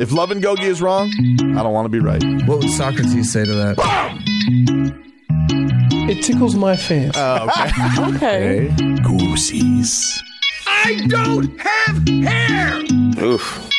If Love and Gogi is wrong, I don't want to be right. What would Socrates say to that? It tickles my fancy. Okay. Goosies. I don't have hair. Oof.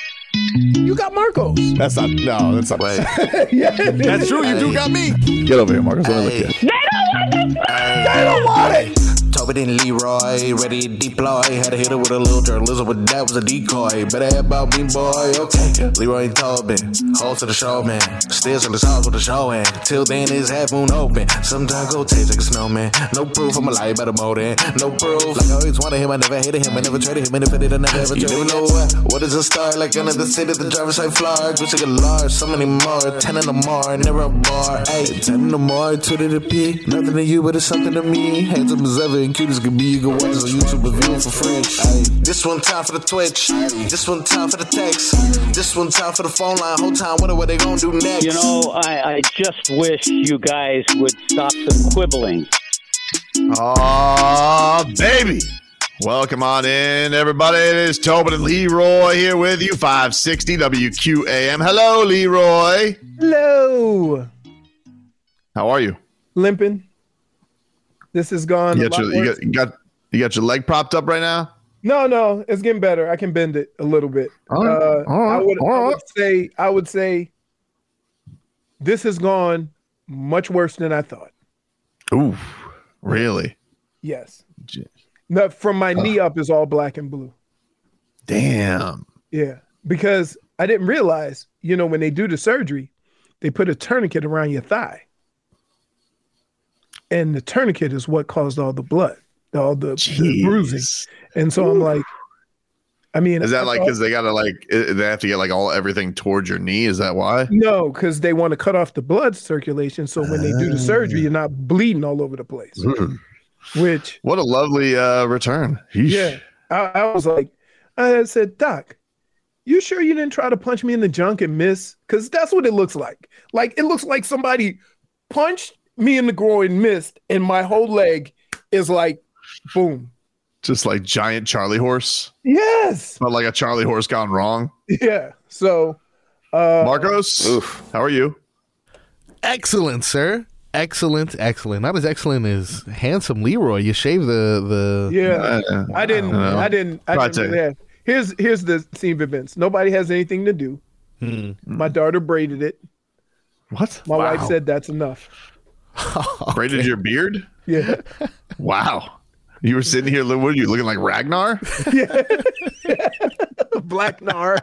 You got Marcos. That's not. No, that's not. Wait, That's true. You do got me. Get over here, Marcus. Let me look at you. Tobin and Leroy, ready to deploy. Had to hit it with a little journalism, but that was a decoy. Better have about me, boy. Okay, Leroy and Tobin, hold to the show, man. Stairs on the sauce with the show, and till then it's half moon open. Sometimes go taste like a snowman. No proof, I'm a lie about a motive. No proof. Like I always wanted him, I never hated him, I never traded him, and if I did, I never ever traded him. You know what? What is a star? Like another city, the driver's side fly. Go take a large, so many more. Ten in the morning, never a bar. Ayy, ten in the morning, two to the P. Nothing to you, but it's something to me. Handsome as ever and cute as can be. You can watch us on YouTube and view it for free. Ayy, this one time for the Twitch. This one time for the text. This one time for the phone line. Whole time wonder what they gonna do next. You know, I, I just wish you guys would stop some quibbling. Aw, baby. Welcome on in, everybody. It is Tobin and Leroy here with you, 560 WQAM. Hello, Leroy. Hello. How are you? Limping. This has gone. You a got, lot your, you, worse. got, you, got, you got your leg propped up right now? No, no, it's getting better. I can bend it a little bit. All right, Uh, all right, I would, all I would right. say, I would say, this has gone much worse than I thought. Ooh, really? Yes. J- No, from my knee up is all black and blue. Damn. Yeah, because I didn't realize, you know, when they do the surgery, they put a tourniquet around your thigh, and the tourniquet is what caused all the blood, all the, the bruising. Jeez. And so I'm like, I mean, Is I that like thought- because they got to like, i- they have to get like all everything towards your knee? Is that why? No, because they want to cut off the blood circulation. So when they do the Ah. surgery, you're not bleeding all over the place. Mm. Which, What a lovely uh, return. Yeesh. yeah, I, I was like, I said, Doc, you sure you didn't try to punch me in the junk and miss? Because that's what it looks like. Like it looks like somebody punched me in the groin, missed, and my whole leg is like, boom. Just like giant Charlie horse, Yes. but like a Charlie horse gone wrong. Yeah. So, uh, Marcos, how are you? Excellent, sir. Excellent, excellent. Not as excellent as handsome Leroy. You shave the the. yeah. Uh, I didn't. Wow. I didn't. I Try didn't to. really have. Here's here's the scene of events. Nobody has anything to do. My daughter braided it. what? My Hmm. Wow. wife said that's enough. braided your beard? Yeah, Wow. You were sitting here, what are you looking like Ragnar? black nar,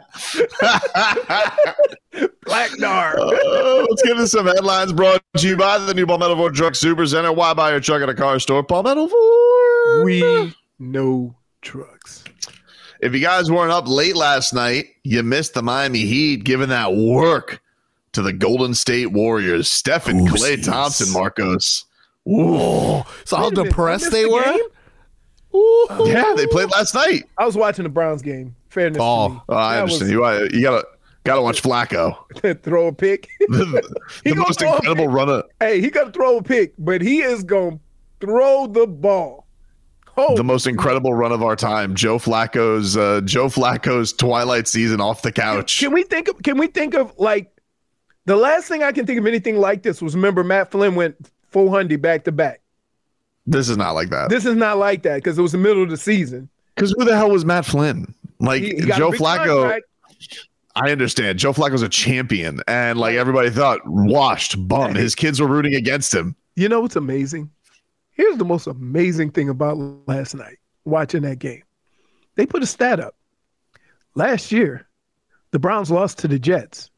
black nar. Uh, let's get into some headlines brought to you by the new Palmetto Ford Truck Super Center. Why buy your truck at a car store? Palmetto Ford. We know trucks. If you guys weren't up late last night, you missed the Miami Heat giving that work to the Golden State Warriors. Stephen Clay Thompson, Marcos. Oh, so how Wait a minute, I depressed missed they the were. Oh. game? Ooh. Yeah, they played last night. I was watching the Browns game. Fairness. to Oh, me. Oh, I That understand. You, uh, you gotta gotta watch Flacco. was- throw a pick. the the gonna most throw a incredible pick. run of hey, he gonna throw a pick, but he is gonna throw the ball. Oh, the most incredible run of our time. Joe Flacco's uh, Joe Flacco's Twilight season off the couch. Can we think of can we think of like the last thing I can think of anything like this was remember Matt Flynn went full hundy back to back. This is not like that. This is not like that because it was the middle of the season. Because who the hell was Matt Flynn? Like He- he got a Joe big Flacco, contract. I understand. Joe Flacco's a champion, and like everybody thought, washed bum. His kids were rooting against him. You know what's amazing? Here's the most amazing thing about last night watching that game. They put a stat up. Last year, the Browns lost to the Jets,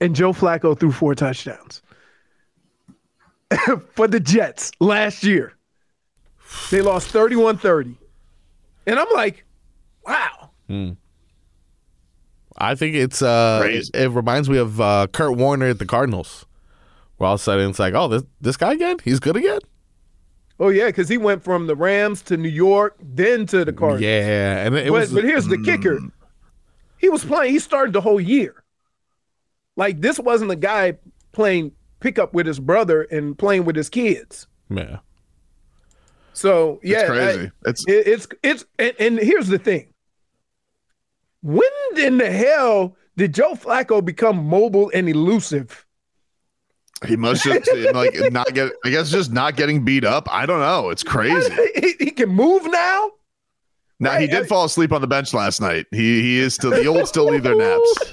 and Joe Flacco threw four touchdowns for the Jets last year. They lost 31 30. And I'm like, wow. I think it's uh, it, Crazy. it reminds me of uh, Kurt Warner at the Cardinals. Where all of a sudden it's like, oh, this this guy again? He's good again? Oh, yeah, because he went from the Rams to New York, then to the Cardinals. Yeah, and it but, was Mm. but here's the kicker. He was playing, he started the whole year. Like this wasn't a guy playing pickup with his brother and playing with his kids. yeah. So yeah, it's crazy. I- it's it- it's it's and, and here's the thing. When in the hell did Joe Flacco become mobile and elusive? he must just like not get. I guess just not getting beat up. I don't know. It's crazy. he, he can move now. Now he Right, did I- fall asleep on the bench last night. He he is still the old still leave their naps.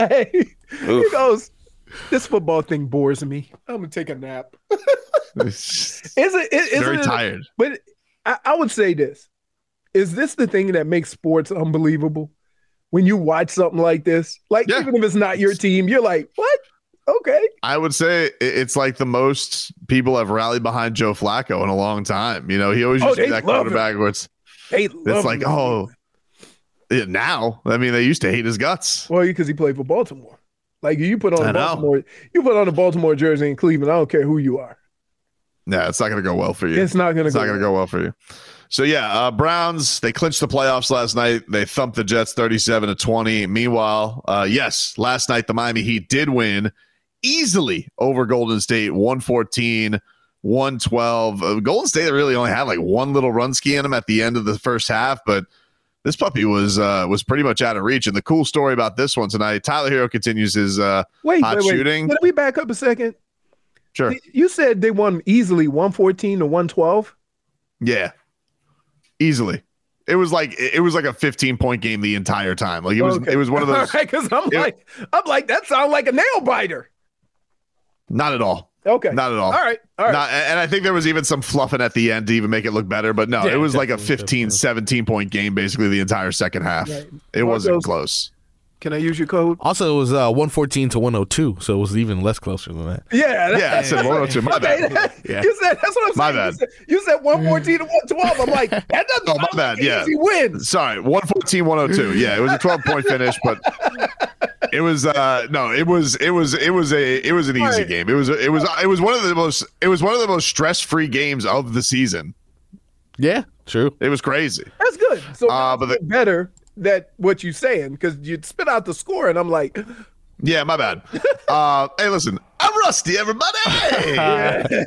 Hey, he goes. This football thing bores me. I'm gonna take a nap. Is it? Is, isn't Very it- tired. But I, I would say this: Is this the thing that makes sports unbelievable? When you watch something like this, like Yeah. even if it's not your team, you're like, "What? Okay, I would say i- it's like the most people have rallied behind Joe Flacco in a long time. You know, he always Oh, used to be they that love him. quarterback where it's they it's love like him." oh yeah, now I mean they used to hate his guts. well, because he played for Baltimore. Like you put on I a know. Baltimore, you put on a Baltimore jersey in Cleveland. I don't care who you are. Yeah, it's not gonna go well for you. It's not gonna. It's go not going to go well for you. So yeah, uh, Browns they clinched the playoffs last night. They thumped the Jets thirty-seven to twenty. Meanwhile, uh, yes, last night the Miami Heat did win easily over Golden State, 114, 112. Uh, Golden State really only had like one little run ski in them at the end of the first half, but this puppy was uh, was pretty much out of reach. And the cool story about this one tonight, Tyler Hero continues his uh, Wait, hot wait, wait. shooting. Can we back up a second? sure, You said they won easily, one fourteen to one twelve. Yeah. Easily. It was like it was like a 15 point game the entire time. Like it was it was one of those Because I'm it- like, I'm like, that sounds like a nail biter. not at all. Okay. Not at all. All right. All right. Not, and I think there was even some fluffing at the end to even make it look better, but no, Yeah, it was like a definitely, 15 definitely. 17 point game basically the entire second half. Right. It wasn't Marco's- close. Can I use your code? Also, it was uh, 114 to 102, so it was even less closer than that. Yeah. Yeah, I said 102. My Okay, bad. that- You said that's what I'm saying. My You bad. said- You said, 114 to 112. I'm like, that doesn't Oh, my sound bad, like an yeah. easy win. Sorry, 114 102. Yeah, it was a 12 point finish, but it was uh no, it was it was it was a it was an easy Right. game. It was it was it was one of the most it was one of the most stress-free games of the season. Yeah, true. It was crazy. That's good. So Uh, uh, but but better that what you're saying because you spit out the score and I'm like, Yeah, my bad. Uh, hey, listen, I'm Rusty, everybody. Gotta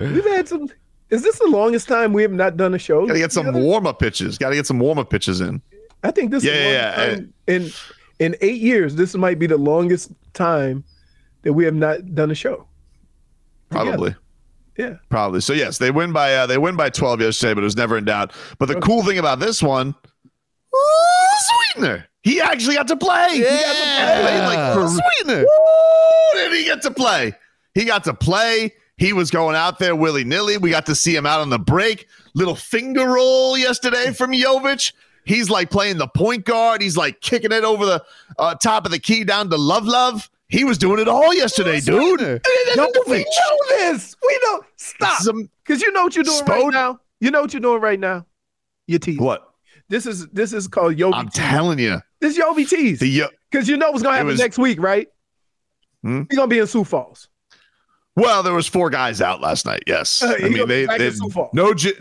we've had some. Is this the longest time we have not done a show? get some together? warm up pitches. Gotta get some warm up pitches in. I think this Yeah, is the yeah, yeah. longest time in in eight years. This might be the longest time that we have not done a show. Probably. Yeah. Probably. So yes, they win by uh, they win by 12 yesterday, but it was never in doubt. But the cool thing about this one, ooh, sweetener. He actually got to play. He got to play like for sweetener. Ooh, did he get to play? He got to play. He was going out there willy nilly. We got to see him out on the break. Little finger roll yesterday from Jovic. He's like playing the point guard. He's like kicking it over the uh, top of the key down to Love Love. He was doing it all yesterday, dude. Don't we know this? We know. Stop. Some- Because you know what you're doing right Spode- now. You know what you're doing right now. Your teeth. What? This is this is called Yobi. I'm tees. telling you. this is Yobi The tees. yo- Because you know what's gonna It happen was- next week, right? Hmm? He's gonna be in Sioux Falls. well, there was four guys out last night. Yes, Uh, I he mean gonna be they, back in they Sioux Falls. no Ji-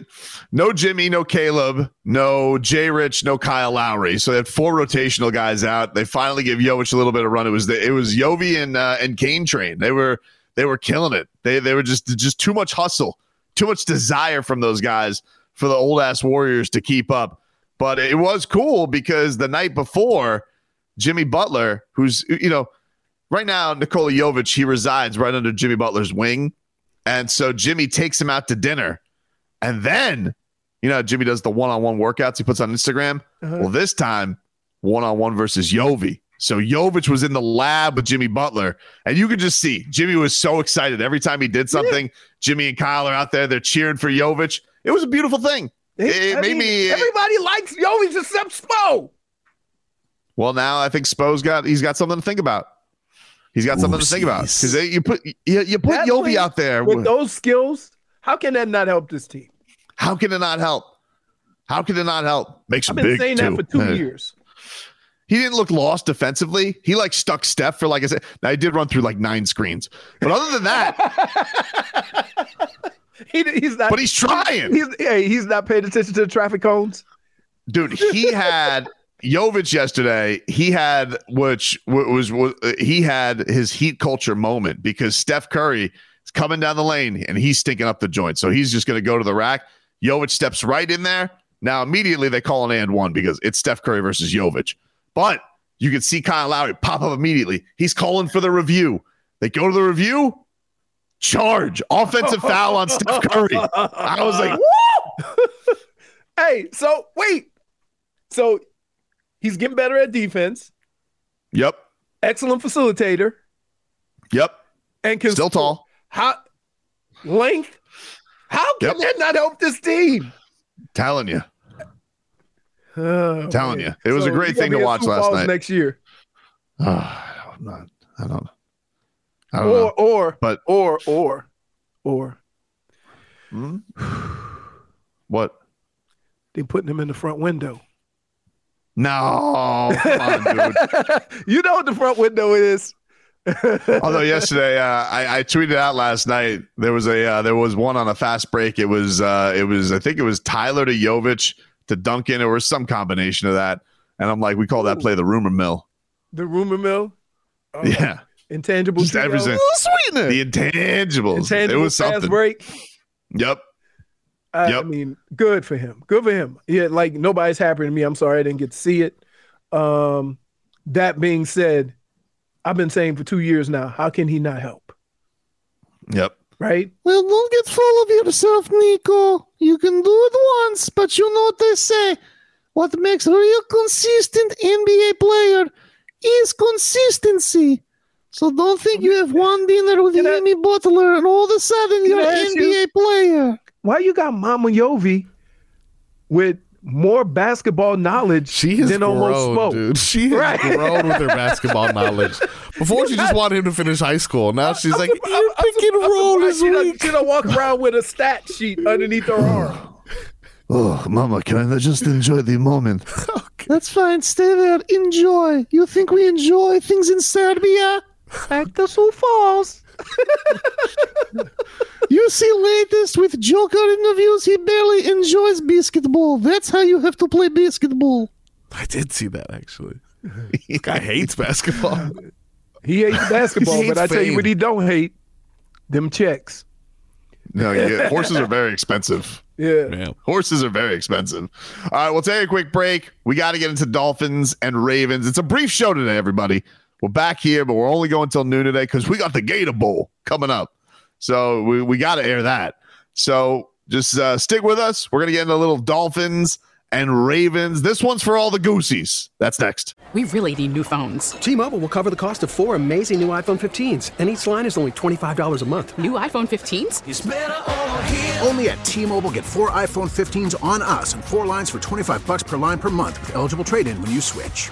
no Jimmy, no Caleb, no Jay Rich, no Kyle Lowry. So they had four rotational guys out. They finally give Jovich a little bit of run. It was the, it was Yovi and uh, and Kane Train. They were they were killing it. They they were just just too much hustle, too much desire from those guys for the old ass Warriors to keep up. But it was cool because the night before, Jimmy Butler, who's you know right now Nikola Jovic, he resides right under Jimmy Butler's wing. And so Jimmy takes him out to dinner. And then You know, how Jimmy does the one-on-one workouts he puts on Instagram. Uh-huh. Well, this time, one-on-one versus Yovi. So Jovic was in the lab with Jimmy Butler, and you could just see Jimmy was so excited every time he did something. Jimmy and Kyle are out there; they're cheering for Jovic. It was a beautiful thing. It, uh, I made mean, me. Everybody likes Yovi's except Spo. Well, now I think Spo's got he's got something to think about. He's got something to think about because you put you, you put That Yovi place out there. With those skills, how can that not help this team? How can it not help? How can it not help? Makes I've him been big saying too. that for two Yeah. years. He didn't look lost defensively. He like stuck Steph for like I said. Now he did run through like nine screens, but other than that, He, he's not. but he's trying. He's, yeah, he's not paying attention to the traffic cones. dude he had Jovic yesterday he had which w- was, was he had his heat culture moment because Steph Curry is coming down the lane and he's stinking up the joint so he's just going to go to the rack Jovic steps right in there now immediately they call an and one because it's Steph Curry versus Jovic but you can see Kyle Lowry pop up immediately he's calling for the review they go to the review charge offensive foul on Steph Curry I was like Hey, so wait. So he's getting better at defense, yep excellent facilitator, yep and can still tall How length? How can Yep. that not help this team? telling you Oh, Telling man. you. It was a So great he gonna thing be to at watch Sioux last Falls night. Next year, Ah, I'm not. I don't. I don't or know. or But- or or or What? they putting him in the front window. No, come on, dude. you know what the front window is. Although yesterday, uh, I, I tweeted out last night there was a uh, there was one on a fast break. It was uh, it was I think it was Tyler to Jovic to Duncan or some combination of that. And I'm like, we call that play the rumor mill. The rumor mill. Oh, Yeah, Intangible. just trio, everything. Sweetener. The intangibles. Intangible it was fast something. break. Yep. I, I Yep. mean, good for him. Good for him. Yeah, like nobody's happy to me. I'm sorry I didn't get to see it. Um, that being said, I've been saying for two years now, how can he not help? Yep. Right? Well, don't get full of yourself, Nico. You can do it once, but you know what they say. What makes a real consistent NBA player is consistency. So don't think you have one dinner with Can I- Jimmy Butler and all of a sudden Can you're I an ask NBA player. Why you got Mama Yovi with more basketball knowledge She has than almost grown, spoke? dude. She has Right. grown with her basketball knowledge. Before she just wanted him to finish high school. Now she's like, I'm- your I'm pick and surprised roll is she, weak. don't, she don't walk around with a stat sheet underneath her arm. Oh, Mama, can I just enjoy the moment? That's fine. Stay there. Enjoy. You think we enjoy things in Serbia? Back to Sioux Falls. you see, latest with Joker interviews, he barely enjoys basketball. That's how you have to play basketball. I did see that, actually. This guy hates basketball. He hates basketball, He but hates I tell you fame. what he don't hate, them checks. No, yeah, horses are very expensive. Yeah. Man. Horses are very expensive. All right, we'll take a quick break. We got to get into Dolphins and Ravens. It's a brief show today, everybody. We're back here, but we're only going till noon today because we got the Gator Bowl coming up. So we, we got to air that. So just uh, stick with us. We're going to get into a little Dolphins and Ravens. This one's for all the goosies. That's next. We really need new phones. T-Mobile will cover the cost of four amazing new iPhone 15s, and each line is only $25 a month. New iPhone 15s? Only at T-Mobile, get four iPhone 15s on us and four lines for 25 bucks per line per month with eligible trade-in when you switch.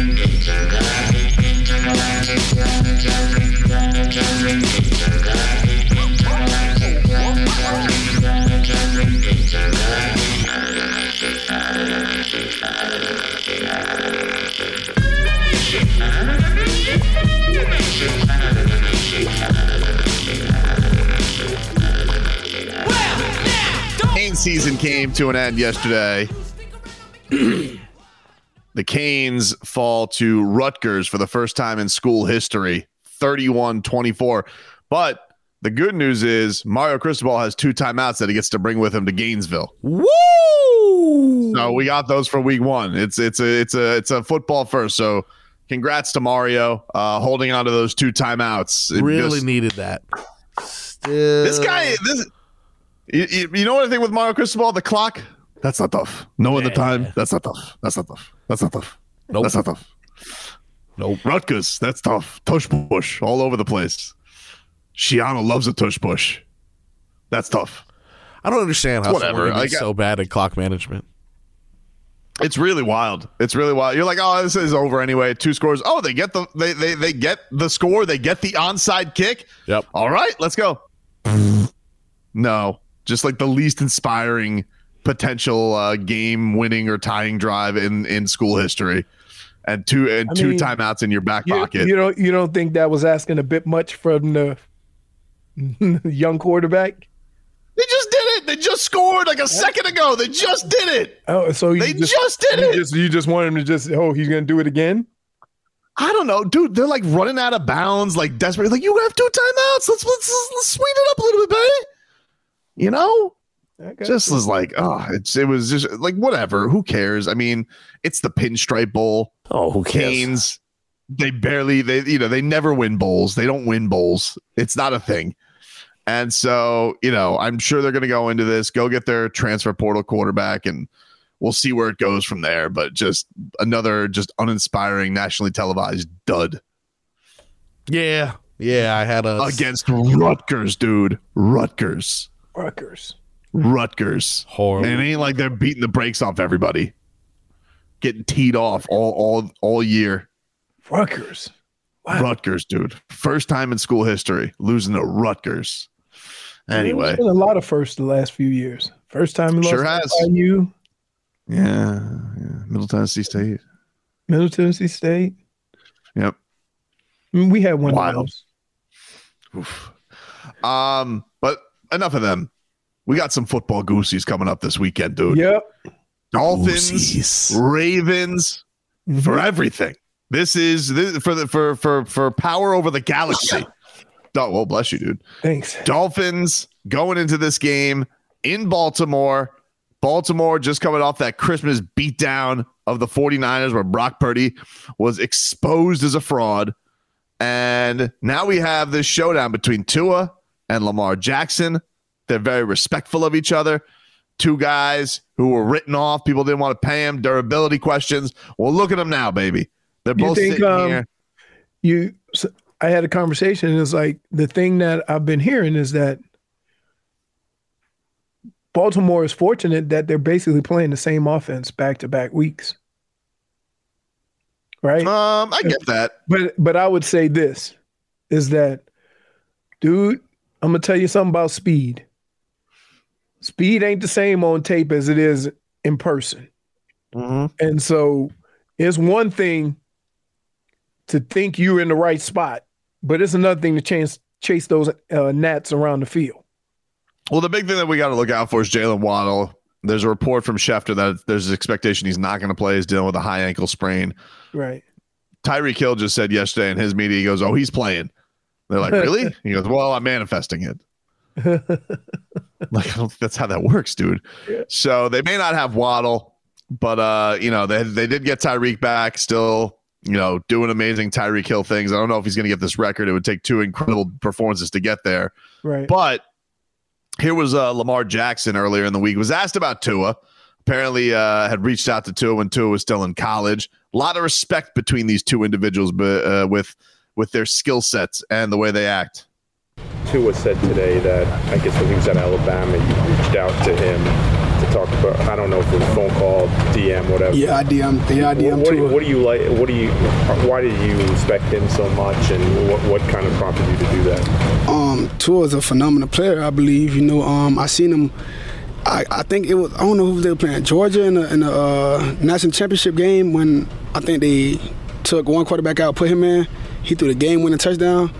Kane season came to an end yesterday. the Canes fall to Rutgers for the first time in school history, 31 24. But the good news is Mario Cristobal has two timeouts that he gets to bring with him to Gainesville. Woo! So we got those for week one. It's it's a it's a it's a football first. So congrats to Mario uh, holding on to those two timeouts. It Really just- needed that. this guy, this you- you, you know what I think with Mario Cristobal, the clock. That's not tough. Knowing the time, that's not tough. That's not tough. That's not tough. Nope. That's not tough. Nope. Rutgers, that's tough. Tush push all over the place. Shiano loves a tush push. That's tough. I don't understand how Whatever, someone can be I got- so bad at clock management. It's really wild. It's really wild. You're like, oh, this is over anyway. Two scores. Oh, they get the they they they get the score. They get the onside kick. Yep. All right, let's go. no, just like the least inspiring potential uh, game winning or tying drive in in school history, and two and I two mean, timeouts in your back You, pocket. you don't you don't think that was asking a bit much from the young quarterback? they just did it. They just scored like a second ago. They just did it. Oh, so you They just did you it. Just, you just want him to just oh he's gonna do it again? I don't know, dude. They're like running out of bounds, like desperate. Like you have two timeouts. Let's let's, let's sweeten it up a little bit, baby. You know, just was like, oh, it's it was just like whatever. Who cares? I mean, it's the pinstripe bowl. Oh, who cares? Canes, they barely they you know they never win bowls. They don't win bowls. It's not a thing. And so you know, I'm sure they're going to go into this, go get their transfer portal quarterback, and we'll see where it goes from there. But just another just uninspiring nationally televised dud Yeah. Yeah, I had a against Rutgers, dude. Rutgers. Rutgers. Rutgers. Horrible. And it ain't like they're beating the brakes off everybody. Getting teed off all all all year. Rutgers. Rutgers, dude. First time in school history losing to Rutgers. Anyway. There's been a lot of firsts the last few years. First time he Sure lost has. to IU, Yeah, yeah. Middle Tennessee State. Middle Tennessee State. Yep. I mean, we had one. of those. Um, but enough of them. We got some football goosies coming up this weekend, dude. Yep. Dolphins, Ravens, for everything. This is this, for the for for for power over the galaxy. Dol- well, bless you, dude. Thanks. Dolphins going into this game in Baltimore. Baltimore just coming off that Christmas beatdown of the 49ers where Brock Purdy was exposed as a fraud. And now we have this showdown between Tua and Lamar Jackson. They're very respectful of each other. Two guys who were written off. People didn't want to pay them. Durability questions. Well, look at them now, baby. They're You both think, sitting um, here. you so I had a conversation and it's like the thing that I've been hearing is that Baltimore is fortunate that they're basically playing the same offense back to back weeks. Right? Um, I get that. But but I would say this is that dude, I'm gonna tell you something about speed. Speed ain't the same on tape as it is in person. And so it's one thing to think you're in the right spot, but it's another thing to chase chase those uh, gnats around the field. Well, the big thing that we got to look out for is Jalen Waddle. There's a report from Schefter that there's an expectation he's not going to play. He's dealing with a high ankle sprain. Right. Tyreek Hill just said yesterday in his media, he goes, "Oh, he's playing." They're like, "Really?" he goes, "Well, I'm manifesting it." like I don't think that's how that works, dude. So they may not have Waddle, but uh, you know, they they did get Tyreek back still, you know, doing amazing Tyreek Hill things. I don't know if he's gonna get this record. It would take two incredible performances to get there. Right. But here was uh, Lamar Jackson earlier in the week was asked about Tua. Apparently, uh, had reached out to Tua when Tua was still in college. A lot of respect between these two individuals, but uh, with with their skill sets and the way they act. Tua said today that I guess when he was at Alabama, you reached out to him to talk about. I don't know if it was phone call, DM, whatever. Yeah, I DM yeah, I DM What, what, do you, Tua. what do you like? What do you? Why do you respect him so much? And what, what kind of prompted you to do that? Um, Tua is a phenomenal player, I believe. You know, um, I seen him. I, I think it was I don't know who they were playing Georgia in the, in the uh, national championship game when I think they took one quarterback out, put him in. He threw the game-winning touchdown.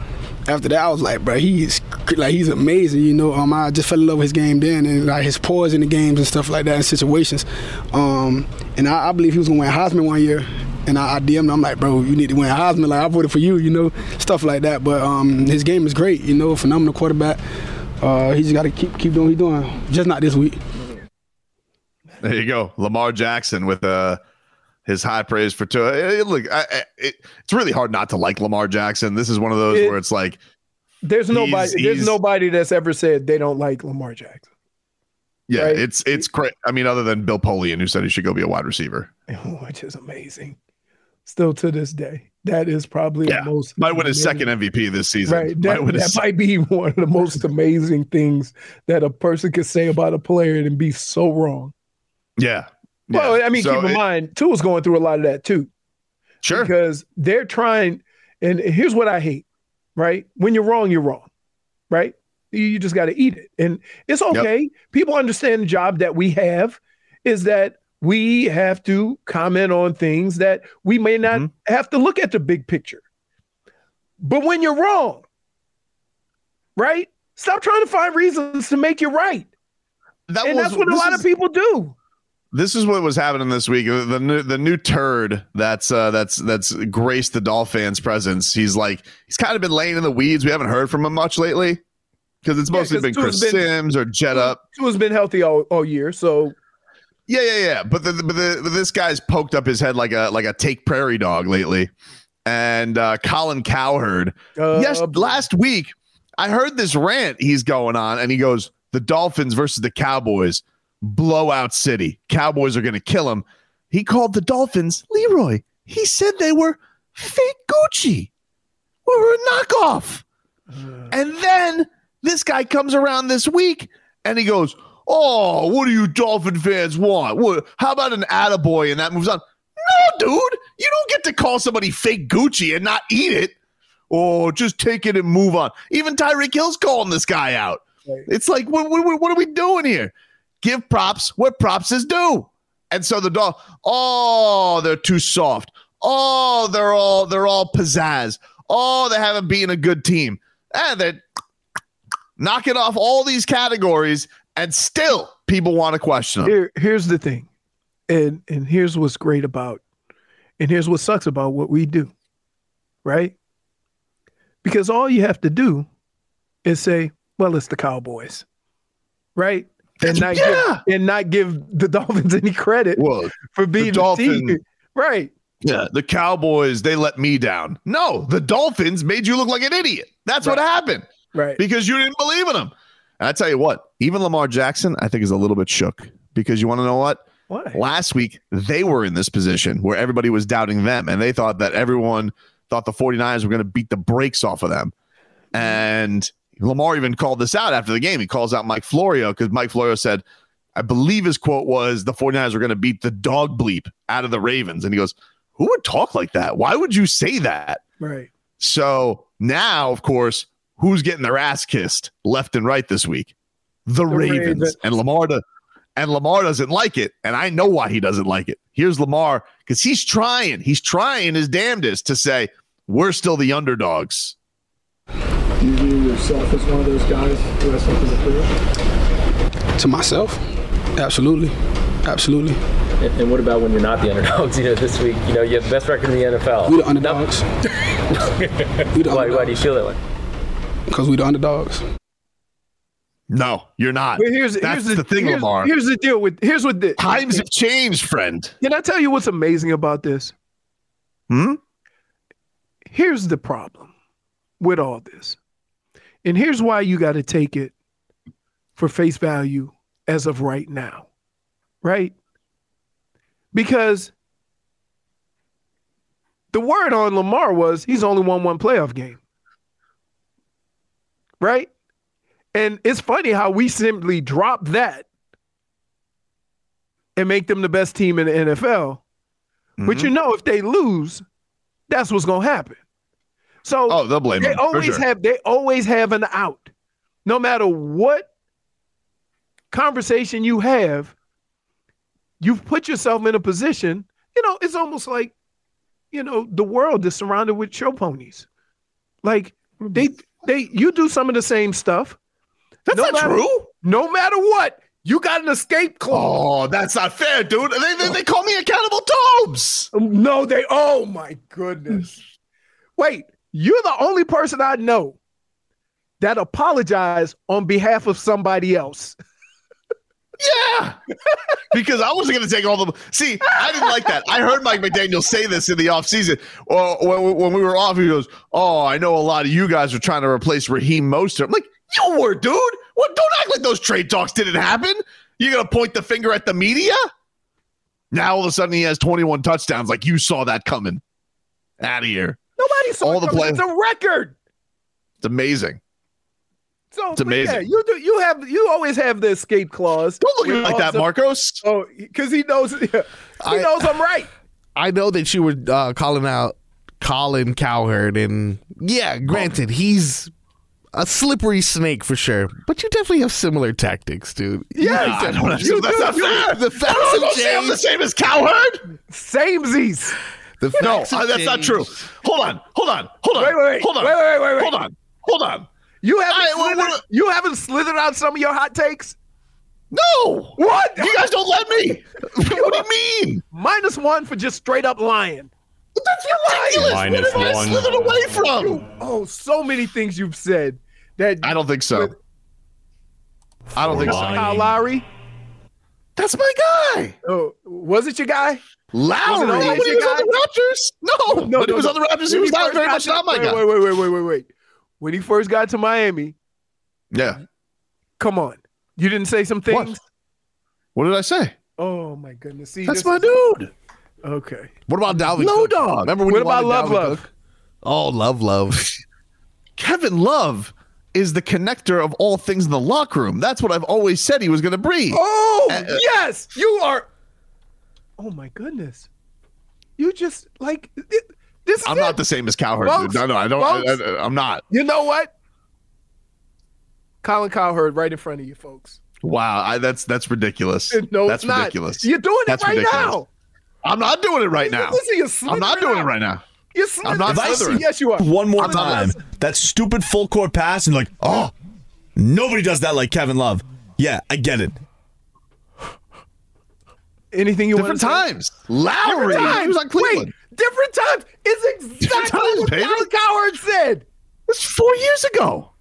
After that, I was like, bro, he's cr- like he's amazing. You know, um, I just fell in love with his game then, and like his poise in the games and stuff like that in situations. Um, and I, I believe he was gonna win Heisman one year. And I, I DM'd him, I'm like, bro, you need to win Heisman. Like I voted for you, you know, stuff like that. But um, his game is great. You know, phenomenal quarterback. Uh, he just got to keep keep doing what he's doing. Just not this week. There you go, Lamar Jackson with uh his high praise for Tua. Eh, eh, look, I, I- it, it's really hard not to like Lamar Jackson. This is one of those where it's like There's nobody. He's- there's he's- nobody that's ever said they don't like Lamar Jackson. Yeah, it's it's cra I mean, other than Bill Polian, who said he should go be a wide receiver, which is amazing. Still to this day, that is probably the most might win his amazing- second MVP this season. Right, might that, win that his- might be one of the most amazing things that a person could say about a player and be so wrong. yeah. Well, I mean, So keep in it- mind, Tua's going through a lot of that too. Sure. Because they're trying, and here's what I hate, right? When you're wrong, you're wrong, right? You, you just got to eat it. And it's okay. People understand the job that we have is that we have to comment on things that we may not have to look at the big picture. But when you're wrong, right? Stop trying to find reasons to make you right. That and was- that's what a this lot is- of people do. This is what was happening this week. The new the new turd that's uh that's that's graced the Dolphins' presence. He's like he's kind of been laying in the weeds. We haven't heard from him much lately because it's Yeah, mostly 'cause been Tua's Chris been- Sims or Jet Up. Tua's been healthy all, all year, so yeah, yeah, yeah. But the, but, the, but this guy's poked up his head like a like a take prairie dog lately. And uh, Colin Cowherd, uh, yes, last week I heard this rant he's going on, and he goes, "The Dolphins versus the Cowboys, blowout city. Cowboys are going to kill him." He called the Dolphins Leroy. He said they were fake Gucci. We were a knockoff. And then this guy comes around this week and he goes, Oh, what do you Dolphin fans want? What, how about an attaboy? And that moves on. No, dude, you don't get to call somebody fake Gucci and not eat it. Oh, just take it and move on. Even Tyreek Hill's calling this guy out. It's like, what, what, what are we doing here? Give props where props is due. And so the dog, oh, they're too soft. Oh, they're all they're all pizzazz. Oh, they haven't beaten a good team. And they're knocking off all these categories, and still people want to question them. Here, here's the thing, and and here's what's great about, and here's what sucks about what we do, right? Because all you have to do is say, "Well, it's the Cowboys," right? And not give, and not give the Dolphins any credit for being the Dolphin- team. right? Yeah, the Cowboys, they let me down. No, the Dolphins made you look like an idiot. That's what happened. Right. Because you didn't believe in them. And I tell you what, even Lamar Jackson, I think, is a little bit shook because you want to know what? What? Last week, they were in this position where everybody was doubting them and they thought that everyone thought the 49ers were going to beat the brakes off of them. And Lamar even called this out after the game. He calls out Mike Florio because Mike Florio said, I believe his quote was, the 49ers are going to beat the dog bleep out of the Ravens. And he goes, Who would talk like that? Why would you say that? Right. So now, of course, who's getting their ass kissed left and right this week? The, Ravens. Ravens. And Lamar do- and Lamar doesn't like it. And I know why he doesn't like it. Here's Lamar, because he's trying, he's trying his damnedest to say, we're still the underdogs. You view yourself as one of those guys who has something to prove? To myself, absolutely, absolutely. And, and what about when you're not the underdogs? You know, this week, you know, you have the best record in the NFL. We the underdogs. why, why do you feel that way? Because we the underdogs. No, you're not. But here's That's here's the, thing, here's, Lamar. Here's the deal with here's what the times have changed, friend. Can I tell you what's amazing about this? Hmm. Here's the problem with all this, and here's why you got to take it for face value as of right now, right? Because the word on Lamar was he's only won one playoff game, right? And it's funny how we simply drop that and make them the best team in the NFL. But you know, if they lose, that's what's gonna happen. So oh, they'll blame they him, for always sure. have they always have an out. No matter what conversation you have, you've put yourself in a position, you know, it's almost like, you know, the world is surrounded with show ponies. Like they they you do some of the same stuff. That's not true. No matter what, you got an escape clause. Oh, that's not fair, dude. They, they, they call me accountable Tobes. No, they. Oh my goodness. Wait, you're the only person I know that apologized on behalf of somebody else. Yeah. because I wasn't going to take all the. See, I didn't like that. I heard Mike McDaniel say this in the offseason. Well, when, when we were off, he goes, Oh, I know a lot of you guys are trying to replace Raheem Mostert. I'm like, You were, dude. What? Don't act like those trade talks didn't happen. You're going to point the finger at the media? Now all of a sudden he has 21 touchdowns. Like, you saw that coming. Out of here. Nobody saw All the it coming. play- It's a record. It's amazing. So It's but yeah, amazing. you do. You have. You always have the escape clause. Don't look at me like that, Marcos. Oh, because he knows. He I- knows I'm right. I know that you were uh, calling out Colin Cowherd, and yeah, granted, he's a slippery snake for sure, but you definitely have similar tactics, dude. Yeah, You I definitely- don't have- You that's do- not you- fair. The I facts don't have go say I'm changed. the same as Cowherd. Samesies. The No, facts have uh, that's not changed. true. Hold on, hold on, hold on, Wait, wait, wait. hold on, Wait, wait, wait, wait. hold on, hold on. You haven't. All right, slithered, well, you haven't slithered out some of your hot takes. No. What? You guys don't let me. what do you mean? Minus one for just straight up lying. That's ridiculous. Minus what have one. I slithered away from? Oh, so many things you've said that I don't think so. I don't think so. Kyle Lowry. That's my guy. Oh, was it your guy? Lowry? Was it When always he your was on the Raptors? No. No, when no, he was no. on the Raptors, he When was not first very got much to- not my wait, guy. Wait, wait, wait, wait, wait, wait. When he first got to Miami, Yeah. come on, you didn't say some things. What did I say? Oh my goodness, See, That's this my is- dude. Okay. What about Dalvin? No, Cook? dog. Remember when What you about wanted Love, Dalvin Love? Cook? Oh, love, love. Kevin Love is the connector of all things in the locker room. That's what I've always said he was going to be. Oh Uh, uh, yes, you are. Oh my goodness, you just like th- this. Is I'm it. not the same as Cowherd. Folks, dude. No, no, I don't. folks. I, am not. You know what? Colin Cowherd right in front of you, folks. Wow, I, that's that's ridiculous. No, that's it's not. ridiculous. You're doing it That's right ridiculous. now. I'm not doing it right now. Listen, you're I'm slithering not doing it out. right now. You're I'm slithering. not out. slithering. Yes, you are. One more I'm not- time. That stupid full court pass and like, oh, nobody does that like Kevin Love. Yeah, I get it. Anything you Different wanna say? times. Lowry. Different times. He was on Cleveland. Wait, different times. It's exactly times, what baby. Colin Cowherd said. That's four years ago.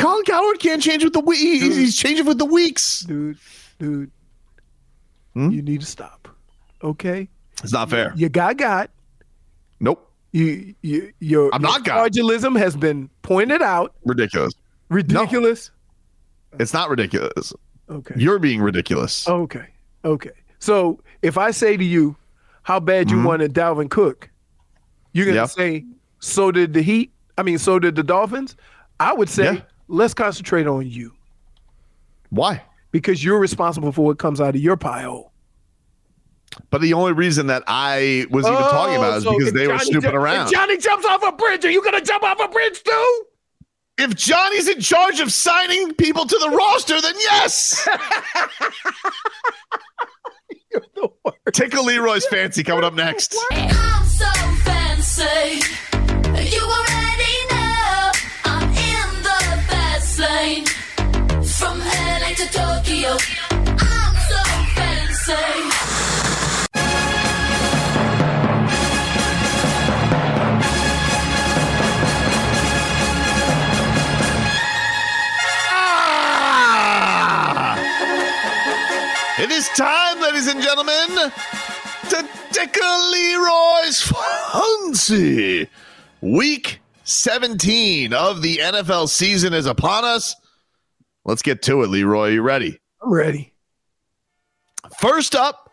Colin Cowherd can't change with the week. He's changing with the weeks. Dude, dude, you need to stop. Okay, It's not fair. your guy got. Nope. You, you, your, I'm your not got. fraudulent has been pointed out. Ridiculous. Ridiculous. It's not ridiculous. Okay. Oh, You're being ridiculous. Okay. Okay. So if I say to you, how bad Mm-hmm. you wanted Dalvin Cook, you're gonna Yeah. say, so did the Heat. I mean, so did the Dolphins. I would say, Yeah. let's concentrate on you. Why? Because you're responsible for what comes out of your pie hole. But the only reason that I was even talking about it is Oh, so because if they were Johnny snooping ju- if around. Johnny jumps off a bridge. Are you gonna jump off a bridge too? If Johnny's in charge of signing people to the roster, then yes. Tickle Leroy's fancy coming up next. I'm so fancy. You already know I'm in the fast lane. From LA to Tokyo, I'm so fancy. Ah! It is time, ladies and gentlemen, to tickle Leroy's fancy. Week 17 of the NFL season is upon us. Let's get to it, Leroy. You ready? I'm ready. First up,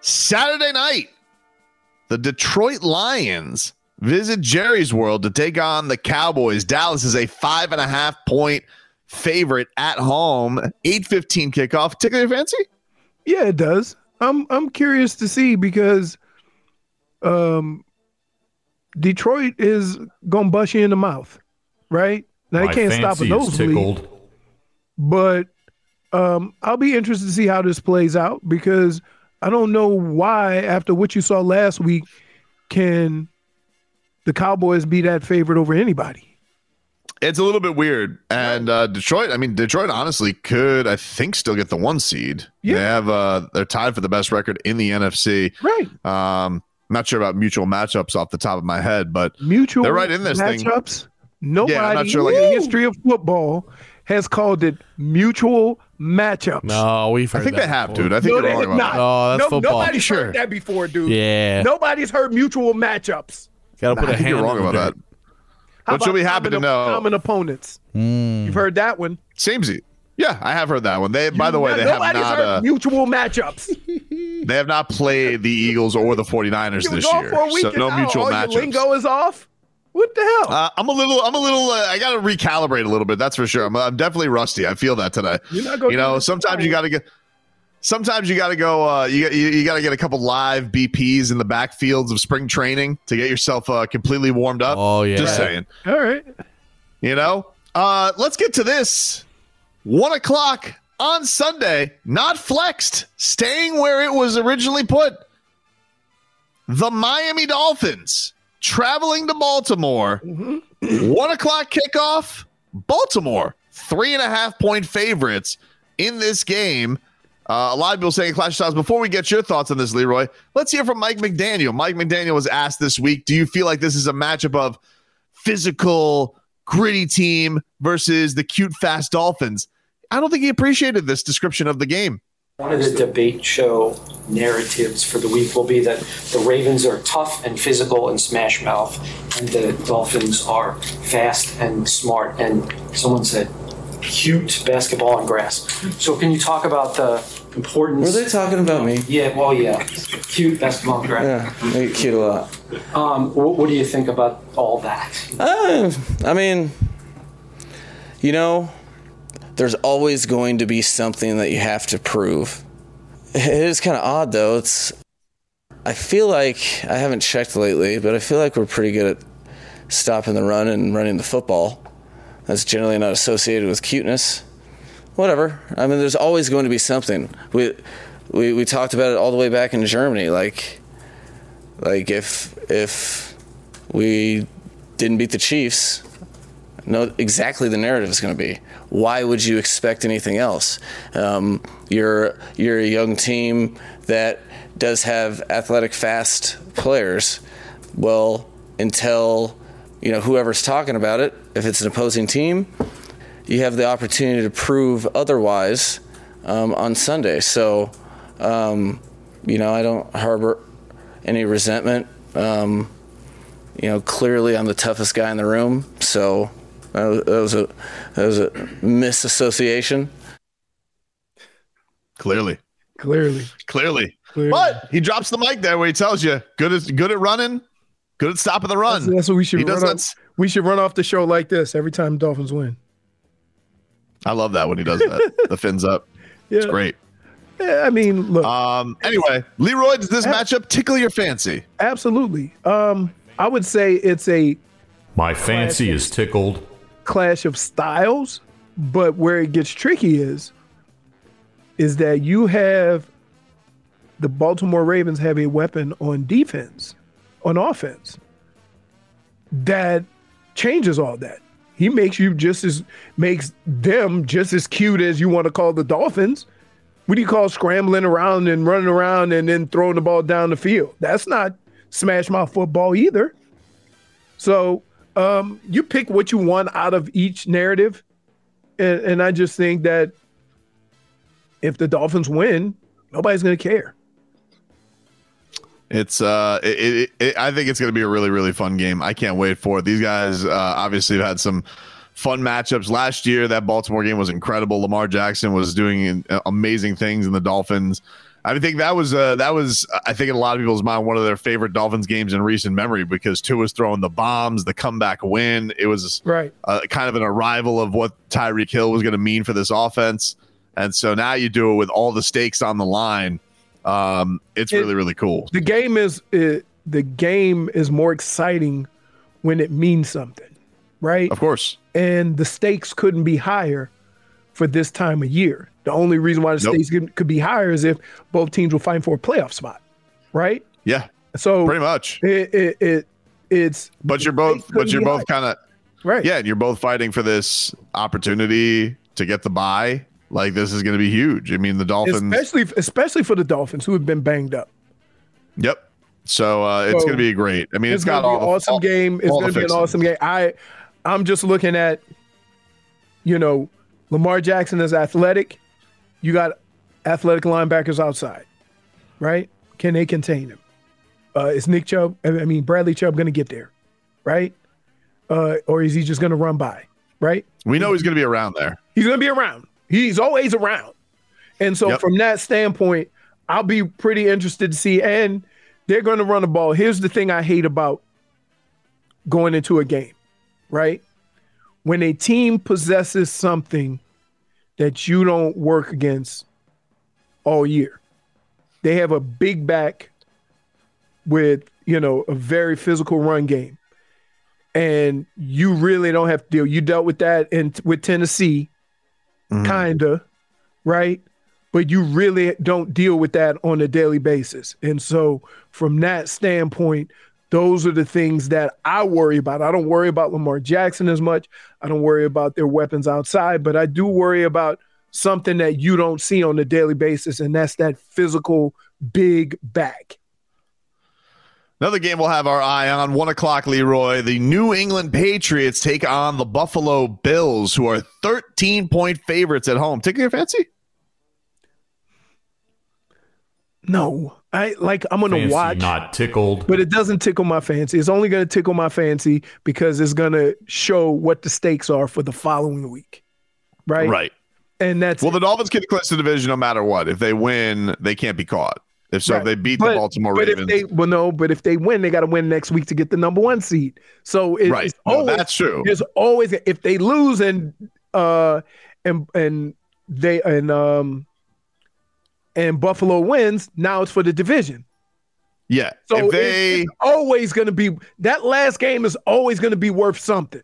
Saturday night, the Detroit Lions visit Jerry's World to take on the Cowboys. Dallas is a five and a half point favorite at home. Eight fifteen kickoff. Tickle your fancy? Yeah, it does. I'm I'm curious to see because um Detroit is gonna bust you in the mouth, right? Now they My can't stop fancy a is nosebleed, tickled. but um I'll be interested to see how this plays out because I don't know why after what you saw last week can the Cowboys be that favorite over anybody. It's a little bit weird. And uh, Detroit, I mean, Detroit honestly could, I think, still get the one seed. They have uh, they're tied for the best record in the NFC. Right. Um, not sure about mutual matchups off the top of my head, but mutual they're right in this thing. matchups. Nobody Yeah, I'm not sure, like- in the history of football has called it mutual matchups. No, Oh, we've I heard think that they have, before. dude. I think no, you're wrong they about have not. that. Oh, that's no, football. Nobody's Sure. heard that before, dude. Yeah. Nobody's heard mutual matchups. Gotta Nah, put a I think you're hand wrong in the about dirt. that. Which you'll be about happy to common- know. Common opponents. You've heard that one. Samesy. Yeah, I have heard that one. They, by the way, No- they have nobody's not. heard Uh, mutual matchups. they have not played the Eagles or the 49ers You were this gone year. for a week So and no now mutual all matchups. Your lingo is off. What the hell? Uh, I'm a little, I'm a little, uh, I got to recalibrate a little bit. That's for sure. I'm, I'm definitely rusty. I feel that today. You're not gonna You do know, this sometimes you got to get, sometimes you got to go, uh, you, you, you got to get a couple live BPs in the backfields of spring training to get yourself uh, completely warmed up. Oh, yeah. Just saying, All right. you know, uh, let's get to this. One o'clock on Sunday, not flexed, staying where it was originally put. The Miami Dolphins traveling to Baltimore. One o'clock kickoff. Baltimore, three and a half point favorites in this game. Uh, a lot of people saying Clash of Styles. Before we get your thoughts on this, Leroy, let's hear from Mike McDaniel. Mike McDaniel was asked this week Do you feel like this is a matchup of physical, gritty team versus the cute, fast Dolphins? I don't think he appreciated this description of the game. One of the debate show narratives for the week will be that the Ravens are tough and physical and smash mouth, and the Dolphins are fast and smart and someone said cute basketball and grass. So can you talk about the importance? Were they talking about me? Yeah, well, yeah, cute basketball and grass. Yeah, they get cute a lot. Um, what, what do you think about all that? Uh, I mean, you know, there's always going to be something that you have to prove. It is kind of odd, though. It's I feel like I haven't checked lately, but I feel like we're pretty good at stopping the run and running the football. That's generally not associated with cuteness. Whatever. I mean, there's always going to be something. We we we talked about it all the way back in Germany. Like like if if we didn't beat the Chiefs, know exactly the narrative is going to be. Why would you expect anything else? Um, you're you're a young team that does have athletic, fast players. Well, until you know whoever's talking about it, if it's an opposing team, you have the opportunity to prove otherwise um, on Sunday. So, um, you know, I don't harbor any resentment. Um, you know, clearly I'm the toughest guy in the room. So that was, that was a that was a misassociation. Clearly, Clearly. Clearly. But he drops the mic there where he tells you good at good at running, good at stopping the run. That's, that's what we should He does run that off. We should run off the show like this every time Dolphins win. I love that when he does that. the fins up. It's Yeah. great. Yeah, I mean, look. Um. Anyway, Leroy, does this matchup tickle your fancy? Absolutely. Um, I would say it's a My fancy is tickled. clash of styles, but where it gets tricky is is that you have the Baltimore Ravens have a weapon on defense, on offense that changes all that. He makes you just as makes them just as cute as you want to call the Dolphins. What do you call scrambling around and running around and then throwing the ball down the field? That's not smash my football either. So um, you pick what you want out of each narrative, and, and I just think that if the Dolphins win, Nobody's going to care. It's uh, it, it, it, I think it's going to be a really really fun game. I can't wait for it. These guys uh, obviously have had some fun matchups last year. That Baltimore game was incredible. Lamar Jackson was doing uh, amazing things in the Dolphins. I think that was uh, that was I think in a lot of people's mind one of their favorite Dolphins games in recent memory because two was throwing the bombs, the comeback win. It was right uh, kind of an arrival of what Tyreek Hill was going to mean for this offense. And so now you do it with all the stakes on the line. Um, it's really really cool. The game is uh the game is more exciting when it means something, right? Of course. And the stakes couldn't be higher for this time of year. The only reason why the Nope. stakes could- could be higher is if both teams were fighting for a playoff spot, right? Yeah. So pretty much it it, it it's but you're both but couldn't you're be both higher. kind of right yeah and you're both fighting for this opportunity to get the buy like this is going to be huge i mean the dolphins especially especially for the Dolphins who have been banged up. yep so uh it's So, going to be great i mean it's got gonna all be the an awesome all- game. It's all the gonna be an fixings. awesome game. I I'm just looking at you know Lamar Jackson is athletic. You got athletic linebackers outside, right? Can they contain him? Uh, is Nick Chubb? I mean Bradley Chubb going to get there, right? Uh, or is he just going to run by, right? we know he's going to be around there He's going to be around. He's always around. And so, Yep. from that standpoint, I'll be pretty interested to see. And they're going to run the ball. Here's the thing I hate about going into a game, right? When a team possesses something that you don't work against all year, they have a big back with, you know, a very physical run game. And you really don't have to deal. You dealt with that in with Tennessee, kinda, right? But you really don't deal with that on a daily basis. And so, from that standpoint, those are the things that I worry about. I don't worry about Lamar Jackson as much. I don't worry about their weapons outside, but I do worry about something that you don't see on a daily basis, and that's that physical big back. Another game we'll have our eye on. One o'clock, Leroy. The New England Patriots take on the Buffalo Bills, who are 13 point favorites at home. Tickle your fancy? No, I like. I'm gonna Fancy watch. not tickled. But it doesn't tickle my fancy. It's only going to tickle my fancy because it's going to show what the stakes are for the following week. Right? Right. And that's Well, the Dolphins can clinch the division no matter what. If they win, they can't be caught. If so, if they beat the Baltimore but Ravens. If they, well, no, but if they win, they got to win next week to get the number one seed. So it- Right. it's No, always, that's true. It's always if they lose and uh and and they and um and Buffalo wins, now it's for the division. yeah. So if it's- they. it's always going to be that last game is always going to be worth something.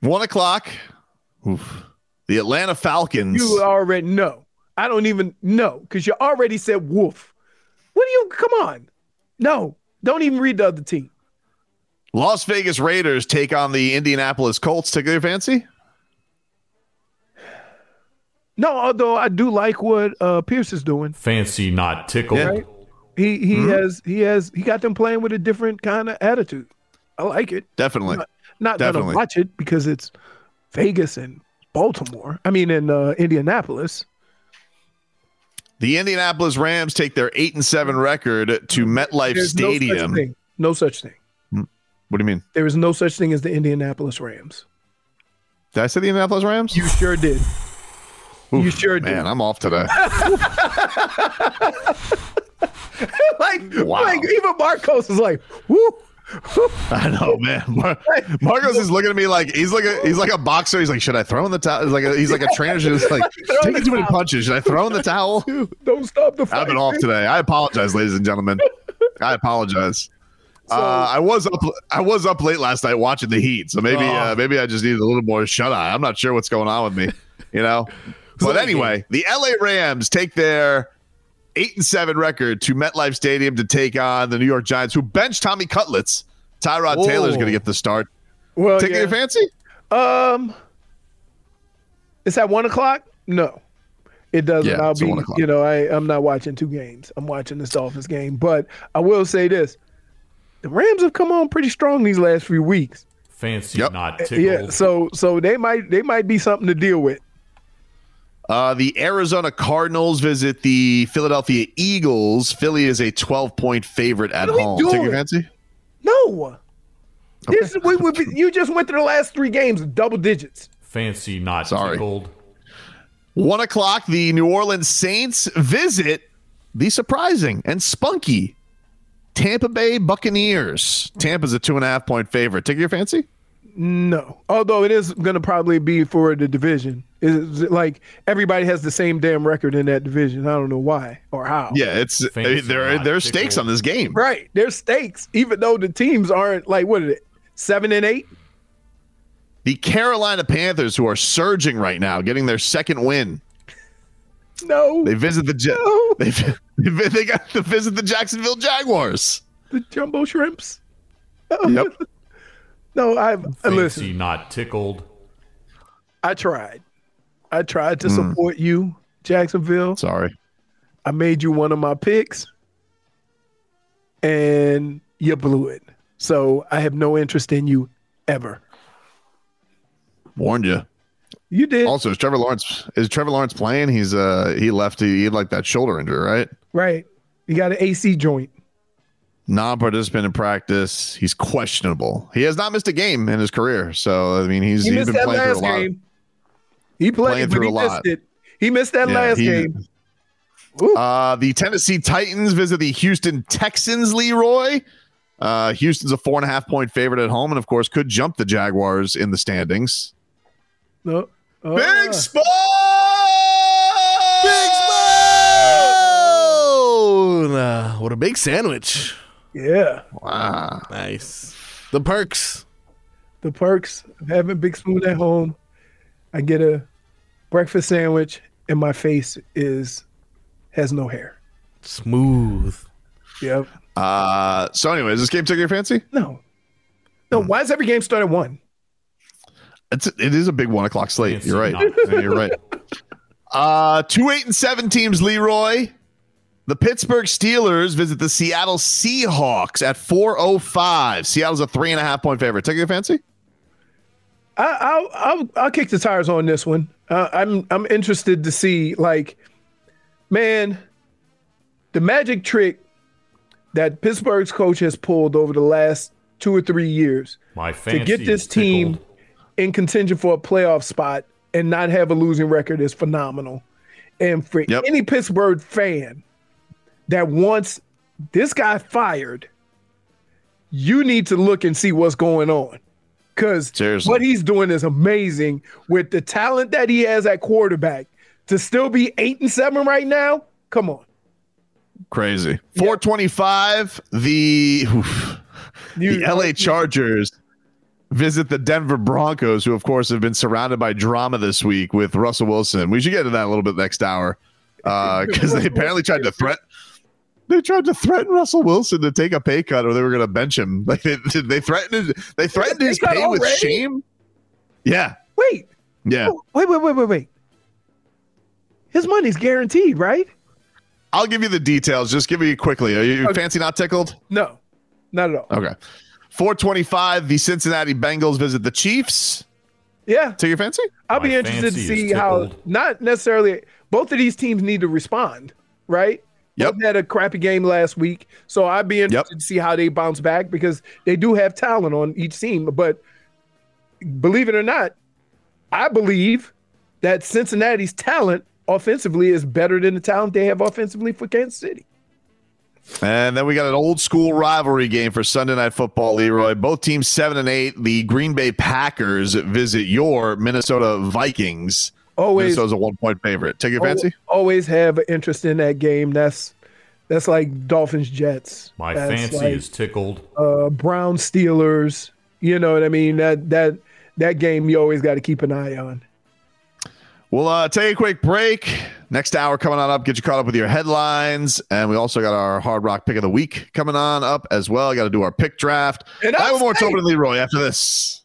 one o'clock. Oof. The Atlanta Falcons. You uh, already know. I don't even know because you already said wolf. What do you come on? No, don't even read the other team. Las Vegas Raiders take on the Indianapolis Colts. Tickle your fancy? No, although I do like what uh, Pierce is doing. Fancy not tickled. Right? He he Mm-hmm. has he has he got them playing with a different kind of attitude. I like it. Definitely. Not, not Definitely. gonna watch it because it's Vegas and Baltimore. I mean, in uh, Indianapolis. The Indianapolis Rams take their eight and seven record to MetLife There's no such Stadium. thing. No such thing. what do you mean? There is no such thing as the Indianapolis Rams. Did I say the Indianapolis Rams? You sure did. you sure Man, I'm off today. like, like even Marcos is like, whoo. I know, man. Mar- Marcos is looking at me like he's like a he's like a boxer. He's like, should I throw in the towel? He's like a, he's like a trainer. Just like Throw in taking the too many towel. punches. Should I throw in the towel? Don't stop the fight. I've been off today. I apologize, ladies and gentlemen. I apologize. uh, I was up. I was up late last night watching the Heat, so Oh. maybe uh, maybe I just needed a little more shut eye. I'm not sure what's going on with me, you know. But anyway, the LA Rams take their eight and seven record to MetLife Stadium to take on the New York Giants, who bench Tommy Cutlets. Tyrod Whoa. Taylor's going to get the start. Well, Tickle Oh, yeah. your fancy? Um, it's at one o'clock. No, it doesn't. Yeah, I'll it's at be. one o'clock. You know, I I'm not watching two games. I'm watching this Dolphins game. But I will say this: the Rams have come on pretty strong these last few weeks. Fancy not Yeah, tickled. so so they might they might be something to deal with. Uh, the Arizona Cardinals visit the Philadelphia Eagles. Philly is a 12 point favorite at What are we home. Take doing? your fancy? No. This we, we, you just went through the last three games double digits. Fancy not tickled. One o'clock, the New Orleans Saints visit the surprising and spunky Tampa Bay Buccaneers. Tampa's a two and a half point favorite. Take your fancy? No. Although it is going to probably be for the division. It's like everybody has the same damn record in that division. I don't know why or how. Yeah, it's Fancy there. not There are stakes on this game. Right. There's stakes, even though the teams aren't like, what is it, seven and eight? The Carolina Panthers, who are surging right now, getting their second win. No. They visit the Ja- they, vi- they got to visit the Jacksonville Jaguars. The jumbo shrimps? Yep. No, I've, Fancy listen, not tickled. I tried. I tried Hmm. to support you, Jacksonville. Sorry. I made you one of my picks and you blew it. So I have no interest in you ever. Warned you. You did. Also, is Trevor Lawrence is Trevor Lawrence playing? He's uh he left he, had like that shoulder injury, right? Right. You got an AC joint. Non-participant in practice. He's questionable. He has not missed a game in his career. So I mean, he's He he's missed that been playing through a last lot. game. He played, Playing but through he a lot. missed it. He missed that Yeah, last he- game. Uh, the Tennessee Titans visit the Houston Texans, Leroy. Uh, Houston's a four and a half point favorite at home, and of course, could jump the Jaguars in the standings. No. Big spot. Big Spoon! Uh, what a big sandwich. Yeah. Wow. Nice. The perks. The perks of having Big Spoon at home. I get a breakfast sandwich and my face is has no hair. Smooth. Yep. Uh, so, anyways, this game took your fancy? No. No, Hmm. why does every game start at one? It's it is a big one o'clock slate. You're right. not. You're right. Uh, two eight and seven teams, Leroy. The Pittsburgh Steelers visit the Seattle Seahawks at 405. Seattle's a three and a half point favorite. Take your fancy? I, I'll, I'll I'll kick the tires on this one. Uh, I'm I'm interested to see like, man, the magic trick that Pittsburgh's coach has pulled over the last two or three years My to fancy get this team in contention for a playoff spot and not have a losing record is phenomenal. And for any Pittsburgh fan that wants this guy fired, you need to look and see what's going on. Because what he's doing is amazing with the talent that he has at quarterback to still be eight and seven right now. Come on. Crazy. 425. The, oof. the LA Chargers visit the Denver Broncos, who, of course, have been surrounded by drama this week with Russell Wilson. We should get into that a little bit next hour because they apparently tried to threat. They tried to threaten Russell Wilson to take a pay cut, or they were going to bench him. Like they, they threatened, they threatened his cut pay with already? shame. Yeah, Wait, yeah. wait, wait, wait, wait, wait. His money's guaranteed, right? I'll give you the details. Just give me quickly. Are you fancy not tickled? No, not at all. Okay. 425, the Cincinnati Bengals visit the Chiefs. Yeah. Take your fancy? I'll be interested to see how not necessarily both of these teams need to respond, right? Yep. Both had a crappy game last week, so I'd be interested to see how they bounce back because they do have talent on each team. But believe it or not, I believe that Cincinnati's talent offensively is better than the talent they have offensively for Kansas City. And then we got an old school rivalry game for Sunday Night Football, Leroy. Both teams 7 and 8. The Green Bay Packers visit your Minnesota Always- Vikings. Oh, Minnesota's a one point favorite. Take your fancy? Al- Always have an interest in that game. That's that's like Dolphins Jets. My That's fancy like- is tickled. uh, Brown Steelers. You know what I mean? That that that game you always got to keep an eye on. We'll uh, take a quick break. Next hour coming on up, get you caught up with your headlines. And we also got our Hard Rock pick of the week coming on up as well. Got to do our pick draft. And I have I'm more safe. Tobin and Leroy after this.